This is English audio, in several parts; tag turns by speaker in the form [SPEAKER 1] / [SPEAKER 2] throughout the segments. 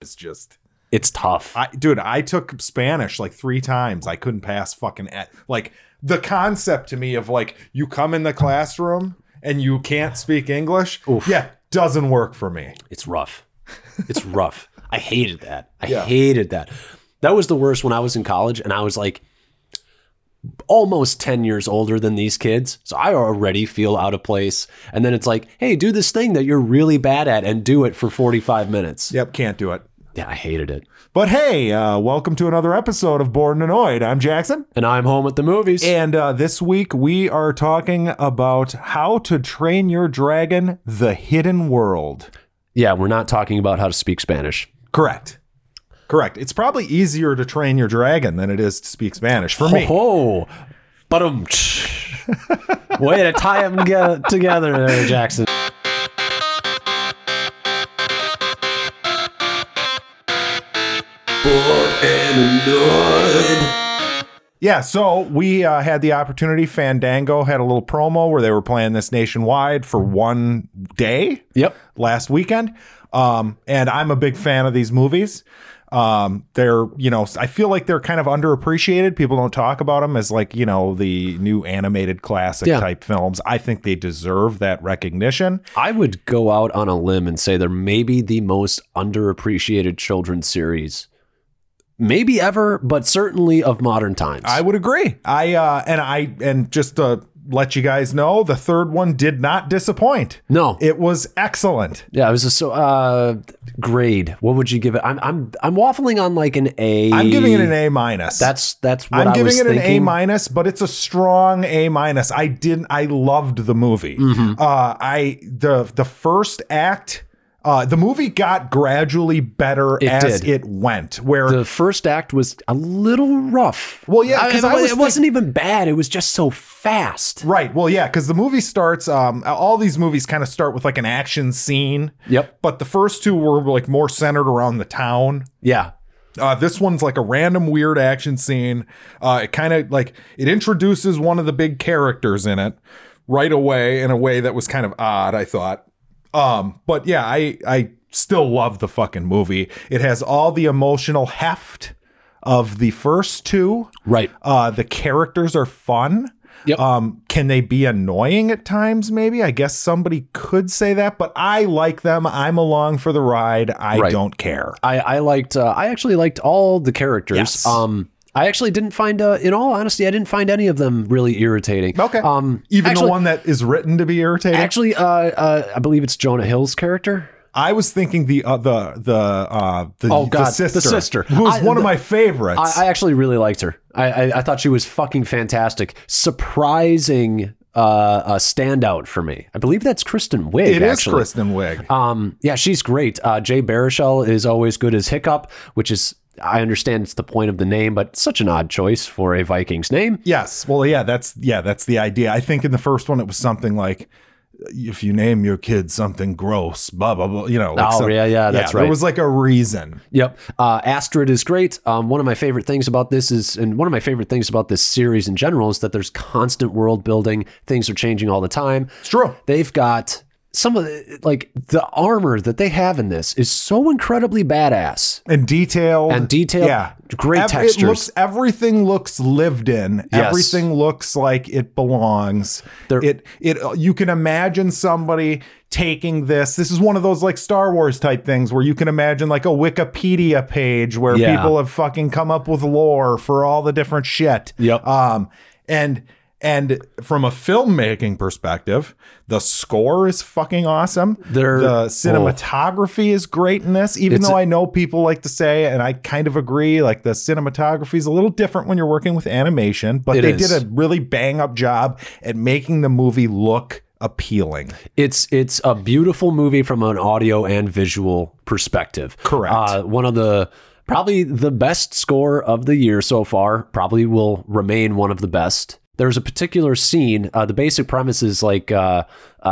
[SPEAKER 1] is just
[SPEAKER 2] It's tough.
[SPEAKER 1] I dude, I took Spanish like three times. I couldn't pass fucking at, like the concept to me of like you come in the classroom and you can't speak English. Yeah, doesn't work for me.
[SPEAKER 2] It's rough. It's rough. I hated that. I
[SPEAKER 1] Yeah.
[SPEAKER 2] hated that. That was the worst when I was in college and I was like almost 10 years older than these kids. So I already feel out of place. And then it's like, hey, do this thing that you're really bad at and do it for 45 minutes.
[SPEAKER 1] Yep, can't do it.
[SPEAKER 2] Yeah, I hated it.
[SPEAKER 1] But hey, uh, welcome to another episode of Bored and Annoyed. I'm Jackson.
[SPEAKER 2] And I'm home at the movies.
[SPEAKER 1] And uh, this week we are talking about how to train your dragon, the hidden world.
[SPEAKER 2] yeah, we're not talking about how to speak Spanish.
[SPEAKER 1] Correct. Correct. It's probably easier to train your dragon than it is to speak Spanish for me.
[SPEAKER 2] Oh, but um, way to tie them together, together there, Jackson.
[SPEAKER 1] Yeah, so we uh, had the opportunity. Fandango had a little promo where they were playing this nationwide for one day
[SPEAKER 2] Yep.
[SPEAKER 1] last weekend. Um, and I'm a big fan of these movies. Um, they're, you know, I feel like they're kind of underappreciated. People don't talk about them as like, you know, the new animated classic
[SPEAKER 2] Yeah.
[SPEAKER 1] type films. I think they deserve that recognition.
[SPEAKER 2] I would go out on a limb and say they're maybe the most underappreciated children's series, maybe ever, but certainly of modern times.
[SPEAKER 1] I would agree. I uh and I and just to let you guys know, the third one did not disappoint.
[SPEAKER 2] no,
[SPEAKER 1] It was excellent.
[SPEAKER 2] yeah, it was just so uh, grade. What would you give it? I'm I'm I'm waffling on like an A.
[SPEAKER 1] I'm giving it an A minus.
[SPEAKER 2] That's that's what
[SPEAKER 1] I'm
[SPEAKER 2] I
[SPEAKER 1] giving
[SPEAKER 2] was
[SPEAKER 1] it an
[SPEAKER 2] thinking.
[SPEAKER 1] A minus, but it's a strong A minus. I didn't. I loved the movie.
[SPEAKER 2] Mm-hmm.
[SPEAKER 1] Uh, I the the first act. Uh, the movie got gradually better as
[SPEAKER 2] did.
[SPEAKER 1] it went. Where
[SPEAKER 2] The first act was a little rough.
[SPEAKER 1] Well, yeah, 'cause I
[SPEAKER 2] it,
[SPEAKER 1] was
[SPEAKER 2] it wasn't even bad. It was just so fast.
[SPEAKER 1] Right. Well, yeah, because the movie starts. Um, all these movies kind of start with like an action scene.
[SPEAKER 2] Yep.
[SPEAKER 1] But the first two were like more centered around the town.
[SPEAKER 2] Yeah.
[SPEAKER 1] Uh, this one's like a random weird action scene. Uh, it kind of like it introduces one of the big characters in it right away in a way that was kind of odd. I thought. Um, but yeah, I I still love the fucking movie. It has all the emotional heft of the first two.
[SPEAKER 2] Right.
[SPEAKER 1] Uh, the characters are fun.
[SPEAKER 2] Yep.
[SPEAKER 1] Um, can they be annoying at times? Maybe I guess somebody could say that, but I like them. I'm along for the ride. I
[SPEAKER 2] Right.
[SPEAKER 1] don't care.
[SPEAKER 2] I, I liked uh, I actually liked all the characters.
[SPEAKER 1] Yes.
[SPEAKER 2] Um I actually didn't find uh, in all honesty, I didn't find any of them really irritating.
[SPEAKER 1] Okay.
[SPEAKER 2] Um
[SPEAKER 1] Even
[SPEAKER 2] actually,
[SPEAKER 1] the one that is written to be irritating.
[SPEAKER 2] actually uh, uh I believe it's Jonah Hill's character.
[SPEAKER 1] I was thinking the uh, the the uh, the,
[SPEAKER 2] Oh, God,
[SPEAKER 1] the
[SPEAKER 2] the
[SPEAKER 1] sister,
[SPEAKER 2] sister.
[SPEAKER 1] who was
[SPEAKER 2] I-
[SPEAKER 1] one of
[SPEAKER 2] the-
[SPEAKER 1] my favorites.
[SPEAKER 2] I, I actually really liked her. I, I, I thought she was fucking fantastic. Surprising uh a standout for me. I believe that's Kristen Wiig
[SPEAKER 1] it is
[SPEAKER 2] actually.
[SPEAKER 1] Kristen Wiig.
[SPEAKER 2] Um, yeah, she's great. Uh, Jay Baruchel is always good as Hiccup, which is I understand it's the point of the name, but such an odd choice for a Vikings name.
[SPEAKER 1] Yes. Well, yeah, that's yeah, that's the idea. I think in the first one it was something like if you name your kid something gross, blah blah blah. You know. Like
[SPEAKER 2] Oh,
[SPEAKER 1] some-
[SPEAKER 2] yeah, yeah, that's
[SPEAKER 1] There
[SPEAKER 2] right.
[SPEAKER 1] was like a reason.
[SPEAKER 2] Yep. Uh, Astrid is great. Um, one of my favorite things about this is, and one of my favorite things about this series in general is that there's constant world building. Things are changing all the time.
[SPEAKER 1] It's true.
[SPEAKER 2] They've got some of the, like the armor that they have in this is so incredibly badass
[SPEAKER 1] and detailed
[SPEAKER 2] and detailed.
[SPEAKER 1] Yeah.
[SPEAKER 2] Great
[SPEAKER 1] Ev-
[SPEAKER 2] textures.
[SPEAKER 1] It looks everything looks lived in.
[SPEAKER 2] Yes.
[SPEAKER 1] Everything looks like it belongs.
[SPEAKER 2] There-
[SPEAKER 1] it it you can imagine somebody taking this. This is one of those like Star Wars type things where you can imagine like a Wikipedia page where
[SPEAKER 2] Yeah.
[SPEAKER 1] people have fucking come up with lore for all the different shit.
[SPEAKER 2] Yep.
[SPEAKER 1] Um and and from a filmmaking perspective, the score is fucking awesome.
[SPEAKER 2] There-
[SPEAKER 1] the Uh, cinematography is great in this, even
[SPEAKER 2] It's
[SPEAKER 1] though I know people like to say, and I kind of agree, like the cinematography is a little different when you're working with animation, but
[SPEAKER 2] It
[SPEAKER 1] they
[SPEAKER 2] is.
[SPEAKER 1] did a really bang up job at making the movie look appealing.
[SPEAKER 2] It's it's a beautiful movie from an audio and visual perspective.
[SPEAKER 1] Correct.
[SPEAKER 2] Uh, one of the probably the best score of the year so far. Probably will remain one of the best. There's a particular scene. Uh, the basic premise is like uh, uh,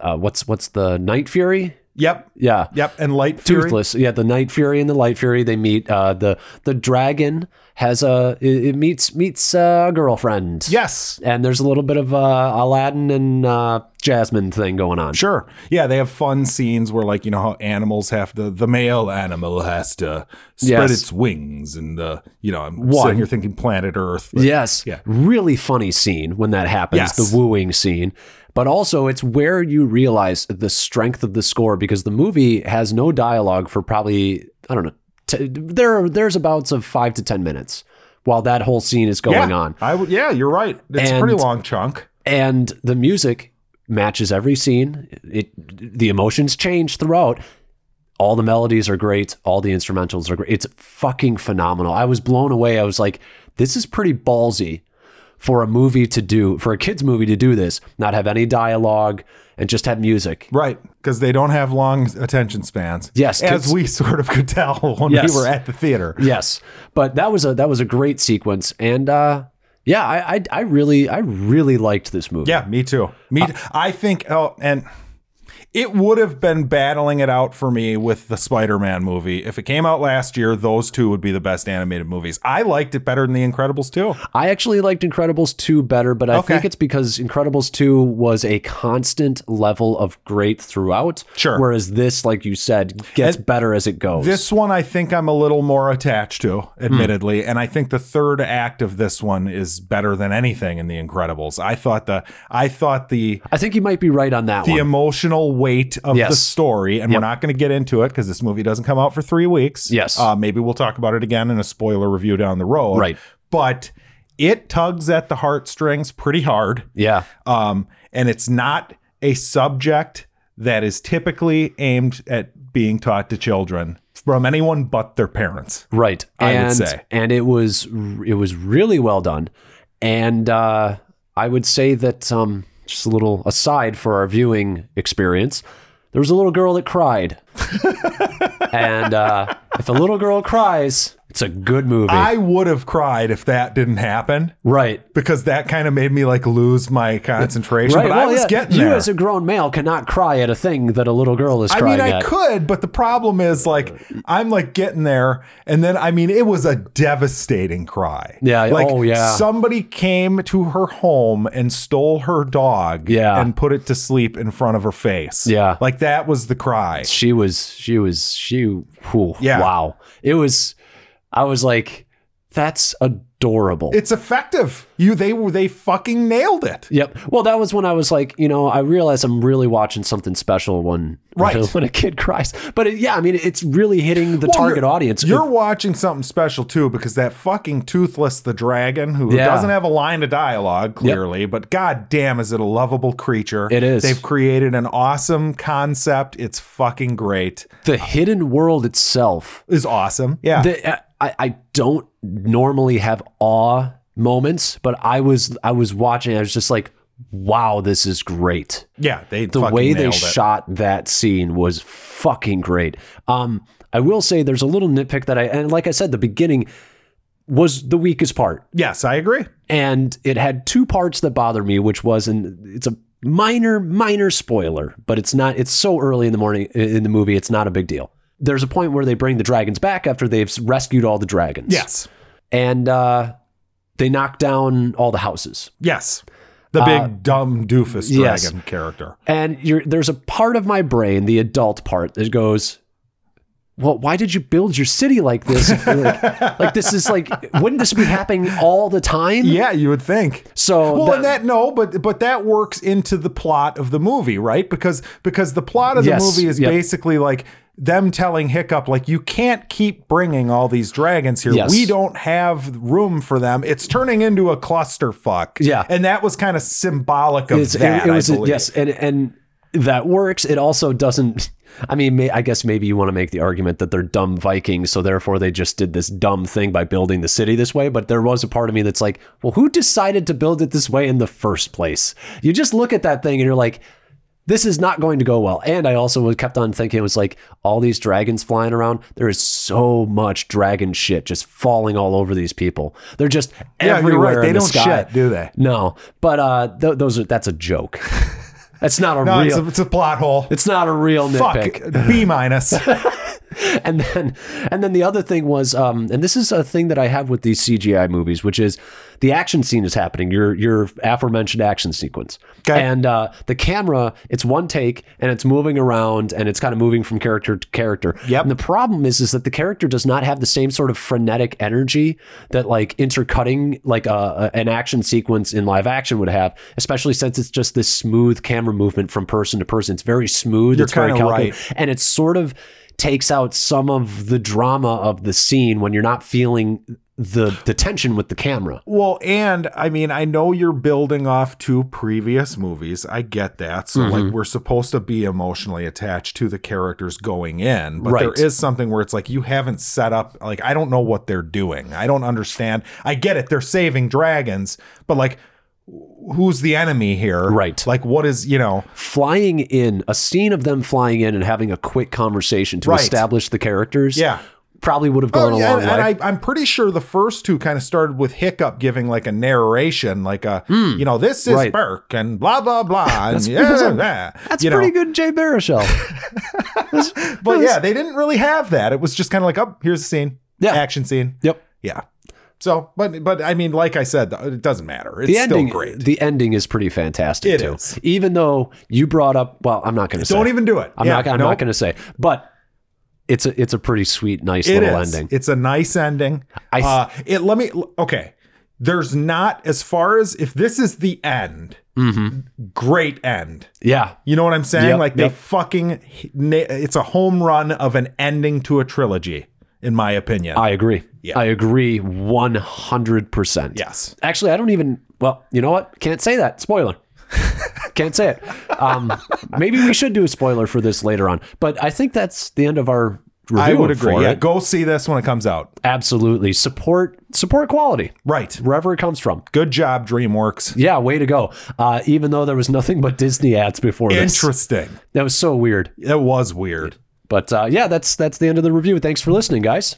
[SPEAKER 2] uh, what's what's the Night Fury?
[SPEAKER 1] Yep.
[SPEAKER 2] Yeah.
[SPEAKER 1] Yep. And Light Fury.
[SPEAKER 2] Toothless, yeah. The Night Fury and the Light Fury, they meet. Uh, the the dragon has a it, it meets meets a girlfriend.
[SPEAKER 1] Yes.
[SPEAKER 2] and there's a little bit of uh, Aladdin and uh, Jasmine thing going on.
[SPEAKER 1] Sure. Yeah, they have fun scenes where like, you know, how animals have to the male animal has to spread
[SPEAKER 2] Yes.
[SPEAKER 1] its wings and uh, you know, I'm
[SPEAKER 2] One.
[SPEAKER 1] sitting here thinking planet Earth. but-
[SPEAKER 2] Yes.
[SPEAKER 1] Yeah.
[SPEAKER 2] Really funny scene when that happens,
[SPEAKER 1] Yes.
[SPEAKER 2] the wooing scene. But also, it's where you realize the strength of the score because the movie has no dialogue for probably, I don't know, t- there are, there's abouts of five to 10 minutes while that whole scene is going
[SPEAKER 1] yeah,
[SPEAKER 2] on.
[SPEAKER 1] I would yeah, you're right. It's a
[SPEAKER 2] And-
[SPEAKER 1] pretty long chunk.
[SPEAKER 2] And the music matches every scene. It The emotions change throughout. All the melodies are great. All the instrumentals are great. It's fucking phenomenal. I was blown away. I was like, this is pretty ballsy for a movie to do, for a kids' movie to do this, not have any dialogue and just have music.
[SPEAKER 1] Right. Because they don't have long attention spans.
[SPEAKER 2] Yes,
[SPEAKER 1] As
[SPEAKER 2] kids-
[SPEAKER 1] we sort of could tell when
[SPEAKER 2] Yes.
[SPEAKER 1] we were at the theater.
[SPEAKER 2] Yes, but that was a that was a great sequence, and uh, yeah, I, I I really I really liked this movie.
[SPEAKER 1] Yeah, me too. Me, t- I think. Oh, and it would have been battling it out for me with the Spider-Man movie if it came out last year. Those two would be the best animated movies. I liked it better than The Incredibles too.
[SPEAKER 2] I actually liked Incredibles 2 better, but I
[SPEAKER 1] Okay.
[SPEAKER 2] think it's because Incredibles 2 was a constant level of great throughout.
[SPEAKER 1] Sure.
[SPEAKER 2] Whereas this, like you said, gets better as it goes.
[SPEAKER 1] This one, I think I'm a little more attached to, admittedly, and I think the third act of this one is better than anything in The Incredibles. I thought the, I thought the
[SPEAKER 2] I think you might be right on that
[SPEAKER 1] the
[SPEAKER 2] one.
[SPEAKER 1] emotional weight of the
[SPEAKER 2] Yes.
[SPEAKER 1] story, and we're not going to get into it because this movie doesn't come out for three weeks.
[SPEAKER 2] Yes.
[SPEAKER 1] uh, maybe we'll talk about it again in a spoiler review down the road.
[SPEAKER 2] Right.
[SPEAKER 1] but it tugs at the heartstrings pretty hard,
[SPEAKER 2] Yeah.
[SPEAKER 1] um, and it's not a subject that is typically aimed at being taught to children from anyone but their parents.
[SPEAKER 2] Right.
[SPEAKER 1] I would
[SPEAKER 2] And,
[SPEAKER 1] say.
[SPEAKER 2] And it was it was really well done. And uh, I would say that um, just a little aside for our viewing experience, there was a little girl that cried. and uh, if a little girl cries, it's a good movie.
[SPEAKER 1] I would have cried if that didn't happen
[SPEAKER 2] right.
[SPEAKER 1] because that kind of made me like lose my concentration.
[SPEAKER 2] Right,
[SPEAKER 1] But I
[SPEAKER 2] well,
[SPEAKER 1] was
[SPEAKER 2] yeah,
[SPEAKER 1] getting
[SPEAKER 2] you
[SPEAKER 1] there.
[SPEAKER 2] as a grown male cannot cry at a thing that a little girl is
[SPEAKER 1] I
[SPEAKER 2] crying
[SPEAKER 1] mean, I
[SPEAKER 2] at.
[SPEAKER 1] could, but the problem is like I'm like getting there, and then I mean, it was a devastating cry.
[SPEAKER 2] Yeah,
[SPEAKER 1] like
[SPEAKER 2] oh, yeah.
[SPEAKER 1] somebody came to her home and stole her dog,
[SPEAKER 2] Yeah.
[SPEAKER 1] and put it to sleep in front of her face.
[SPEAKER 2] Yeah.
[SPEAKER 1] like that was the cry.
[SPEAKER 2] She was, she was, she. Whew,
[SPEAKER 1] Yeah.
[SPEAKER 2] Wow. It was. I was like, that's adorable.
[SPEAKER 1] It's effective. You they were they fucking nailed it.
[SPEAKER 2] Yep. Well, that was when I was like, you know, I realize I'm really watching something special when
[SPEAKER 1] Right.
[SPEAKER 2] when a kid cries. But it, yeah, I mean, it's really hitting the
[SPEAKER 1] Well,
[SPEAKER 2] target
[SPEAKER 1] you're-
[SPEAKER 2] audience.
[SPEAKER 1] You're watching something special too, because that fucking toothless the dragon, who
[SPEAKER 2] Yeah.
[SPEAKER 1] doesn't have a line of dialogue clearly, but god damn, is it a lovable creature?
[SPEAKER 2] It is.
[SPEAKER 1] They've created an awesome concept. It's fucking great.
[SPEAKER 2] the hidden world itself
[SPEAKER 1] Is awesome. Yeah.
[SPEAKER 2] The, uh, I, I don't normally have awe moments, but I was I was watching. I was just like, "Wow, this is great."
[SPEAKER 1] yeah. They
[SPEAKER 2] The
[SPEAKER 1] fucking
[SPEAKER 2] way they
[SPEAKER 1] nailed it.
[SPEAKER 2] shot that scene was fucking great. Um, I will say there's a little nitpick that I and like I said, the beginning was the weakest part,
[SPEAKER 1] Yes, I agree.
[SPEAKER 2] and it had two parts that bother me, which was and it's a minor minor spoiler, but it's not. It's so early in the morning in the movie, it's not a big deal. There's a point where they bring the dragons back after they've rescued all the dragons
[SPEAKER 1] Yes.
[SPEAKER 2] and uh, they knock down all the houses.
[SPEAKER 1] Yes. The big dumb doofus dragon
[SPEAKER 2] uh, yes.
[SPEAKER 1] character.
[SPEAKER 2] And you're, there's a part of my brain, the adult part, that goes, "Well, why did you build your city like this? If you're like, like this is like, wouldn't this be happening all the time?"
[SPEAKER 1] Yeah, you would think.
[SPEAKER 2] So
[SPEAKER 1] well,
[SPEAKER 2] that-
[SPEAKER 1] and that no, but but that works into the plot of the movie, right? Because because the plot of the
[SPEAKER 2] Yes,
[SPEAKER 1] movie is
[SPEAKER 2] yep.
[SPEAKER 1] basically like them telling Hiccup, like you can't keep bringing all these dragons here.
[SPEAKER 2] Yes.
[SPEAKER 1] We don't have room for them. It's turning into a clusterfuck.
[SPEAKER 2] Yeah.
[SPEAKER 1] and that was kind of symbolic of
[SPEAKER 2] It's- it-
[SPEAKER 1] that.
[SPEAKER 2] it was
[SPEAKER 1] I
[SPEAKER 2] a-
[SPEAKER 1] believe.
[SPEAKER 2] yes, and and that works. It also doesn't. I mean, may, I guess maybe you want to make the argument that they're dumb Vikings, so therefore they just did this dumb thing by building the city this way. But there was a part of me that's like, well, who decided to build it this way in the first place? You just look at that thing and you're like, this is not going to go well. And I also was- kept on thinking it was like all these dragons flying around. There is so much dragon shit just falling all over these people. They're just
[SPEAKER 1] Yeah, you're
[SPEAKER 2] everywhere
[SPEAKER 1] right. They
[SPEAKER 2] in the
[SPEAKER 1] don't
[SPEAKER 2] sky.
[SPEAKER 1] shit, do they?
[SPEAKER 2] No, but uh, th- those are that's a joke. That's not a
[SPEAKER 1] No,
[SPEAKER 2] real.
[SPEAKER 1] it's a, it's a plot hole.
[SPEAKER 2] it's not a real
[SPEAKER 1] Fuck
[SPEAKER 2] nitpick.
[SPEAKER 1] B minus.
[SPEAKER 2] and then and then the other thing was um and this is a thing that I have with these CGI movies which is the action scene is happening your your aforementioned action sequence
[SPEAKER 1] Okay.
[SPEAKER 2] and uh the camera it's one take and it's moving around and it's kind of moving from character to character
[SPEAKER 1] Yep.
[SPEAKER 2] and the problem is is that the character does not have the same sort of frenetic energy that like intercutting like a, a- an action sequence in live action would have especially since it's just this smooth camera movement from person to person it's very smooth
[SPEAKER 1] You're
[SPEAKER 2] it's very
[SPEAKER 1] kinda
[SPEAKER 2] calculated and it sort of takes out some of the drama of the scene when you're not feeling the the tension with the camera.
[SPEAKER 1] Well, and I mean, I know you're building off two previous movies. I get that. So,
[SPEAKER 2] Mm-hmm.
[SPEAKER 1] like, we're supposed to be emotionally attached to the characters going in, but
[SPEAKER 2] Right.
[SPEAKER 1] there is something where it's like you haven't set up. Like, I don't know what they're doing. I don't understand. I get it. They're saving dragons, but like, wh- who's the enemy here?
[SPEAKER 2] Right.
[SPEAKER 1] Like, what is you know?
[SPEAKER 2] Flying in a scene of them flying in and having a quick conversation to
[SPEAKER 1] Right.
[SPEAKER 2] establish the characters.
[SPEAKER 1] Yeah.
[SPEAKER 2] Probably would have gone
[SPEAKER 1] Oh,
[SPEAKER 2] a
[SPEAKER 1] yeah,
[SPEAKER 2] long
[SPEAKER 1] and,
[SPEAKER 2] way.
[SPEAKER 1] and I, I'm pretty sure the first two kind of started with Hiccup giving like a narration, like a you know this is
[SPEAKER 2] Hmm. Right.
[SPEAKER 1] Burke and blah blah blah, and
[SPEAKER 2] that's
[SPEAKER 1] yeah,
[SPEAKER 2] a-
[SPEAKER 1] yeah,
[SPEAKER 2] That's
[SPEAKER 1] you know.
[SPEAKER 2] pretty good, Jay Baruchel. That's-
[SPEAKER 1] But
[SPEAKER 2] that's-
[SPEAKER 1] yeah, they didn't really have that. It was just kind of like, oh, here's a scene,
[SPEAKER 2] Yeah.
[SPEAKER 1] action scene,
[SPEAKER 2] Yep.
[SPEAKER 1] yeah. So, but but I mean, like I said, th- it doesn't matter. It's
[SPEAKER 2] The ending,
[SPEAKER 1] still great.
[SPEAKER 2] the ending is pretty fantastic
[SPEAKER 1] It
[SPEAKER 2] too.
[SPEAKER 1] is.
[SPEAKER 2] Even though you brought up, well, I'm not going to say.
[SPEAKER 1] Don't even do it.
[SPEAKER 2] I'm
[SPEAKER 1] Yeah,
[SPEAKER 2] not. I'm
[SPEAKER 1] nope.
[SPEAKER 2] not going to say. But it's a it's a pretty sweet, nice
[SPEAKER 1] It
[SPEAKER 2] little
[SPEAKER 1] is.
[SPEAKER 2] ending.
[SPEAKER 1] It's a nice ending.
[SPEAKER 2] I s-
[SPEAKER 1] uh, it let me okay. There's not as far as if this is the end, great end.
[SPEAKER 2] Yeah,
[SPEAKER 1] You know what I'm saying?
[SPEAKER 2] Mm-hmm. Yep,
[SPEAKER 1] like
[SPEAKER 2] yep.
[SPEAKER 1] they fucking na- it's a home run of an ending to a trilogy in my opinion.
[SPEAKER 2] I agree.
[SPEAKER 1] Yeah.
[SPEAKER 2] I agree 100%.
[SPEAKER 1] yes.
[SPEAKER 2] Actually, I don't even, well, you know what? Can't say that. Spoiler. Can't say it. Um, maybe we should do a spoiler for this later on, but I think that's the end of our review.
[SPEAKER 1] I would agree.
[SPEAKER 2] for
[SPEAKER 1] Yeah,
[SPEAKER 2] it.
[SPEAKER 1] go see this when it comes out.
[SPEAKER 2] Absolutely. Support, support quality
[SPEAKER 1] Right.
[SPEAKER 2] wherever it comes from.
[SPEAKER 1] Good job DreamWorks.
[SPEAKER 2] Yeah, way to go. Uh, even though there was nothing but Disney ads before this.
[SPEAKER 1] Interesting.
[SPEAKER 2] That was so weird.
[SPEAKER 1] It was weird.
[SPEAKER 2] But uh, yeah, that's that's the end of the review. Thanks for listening, guys.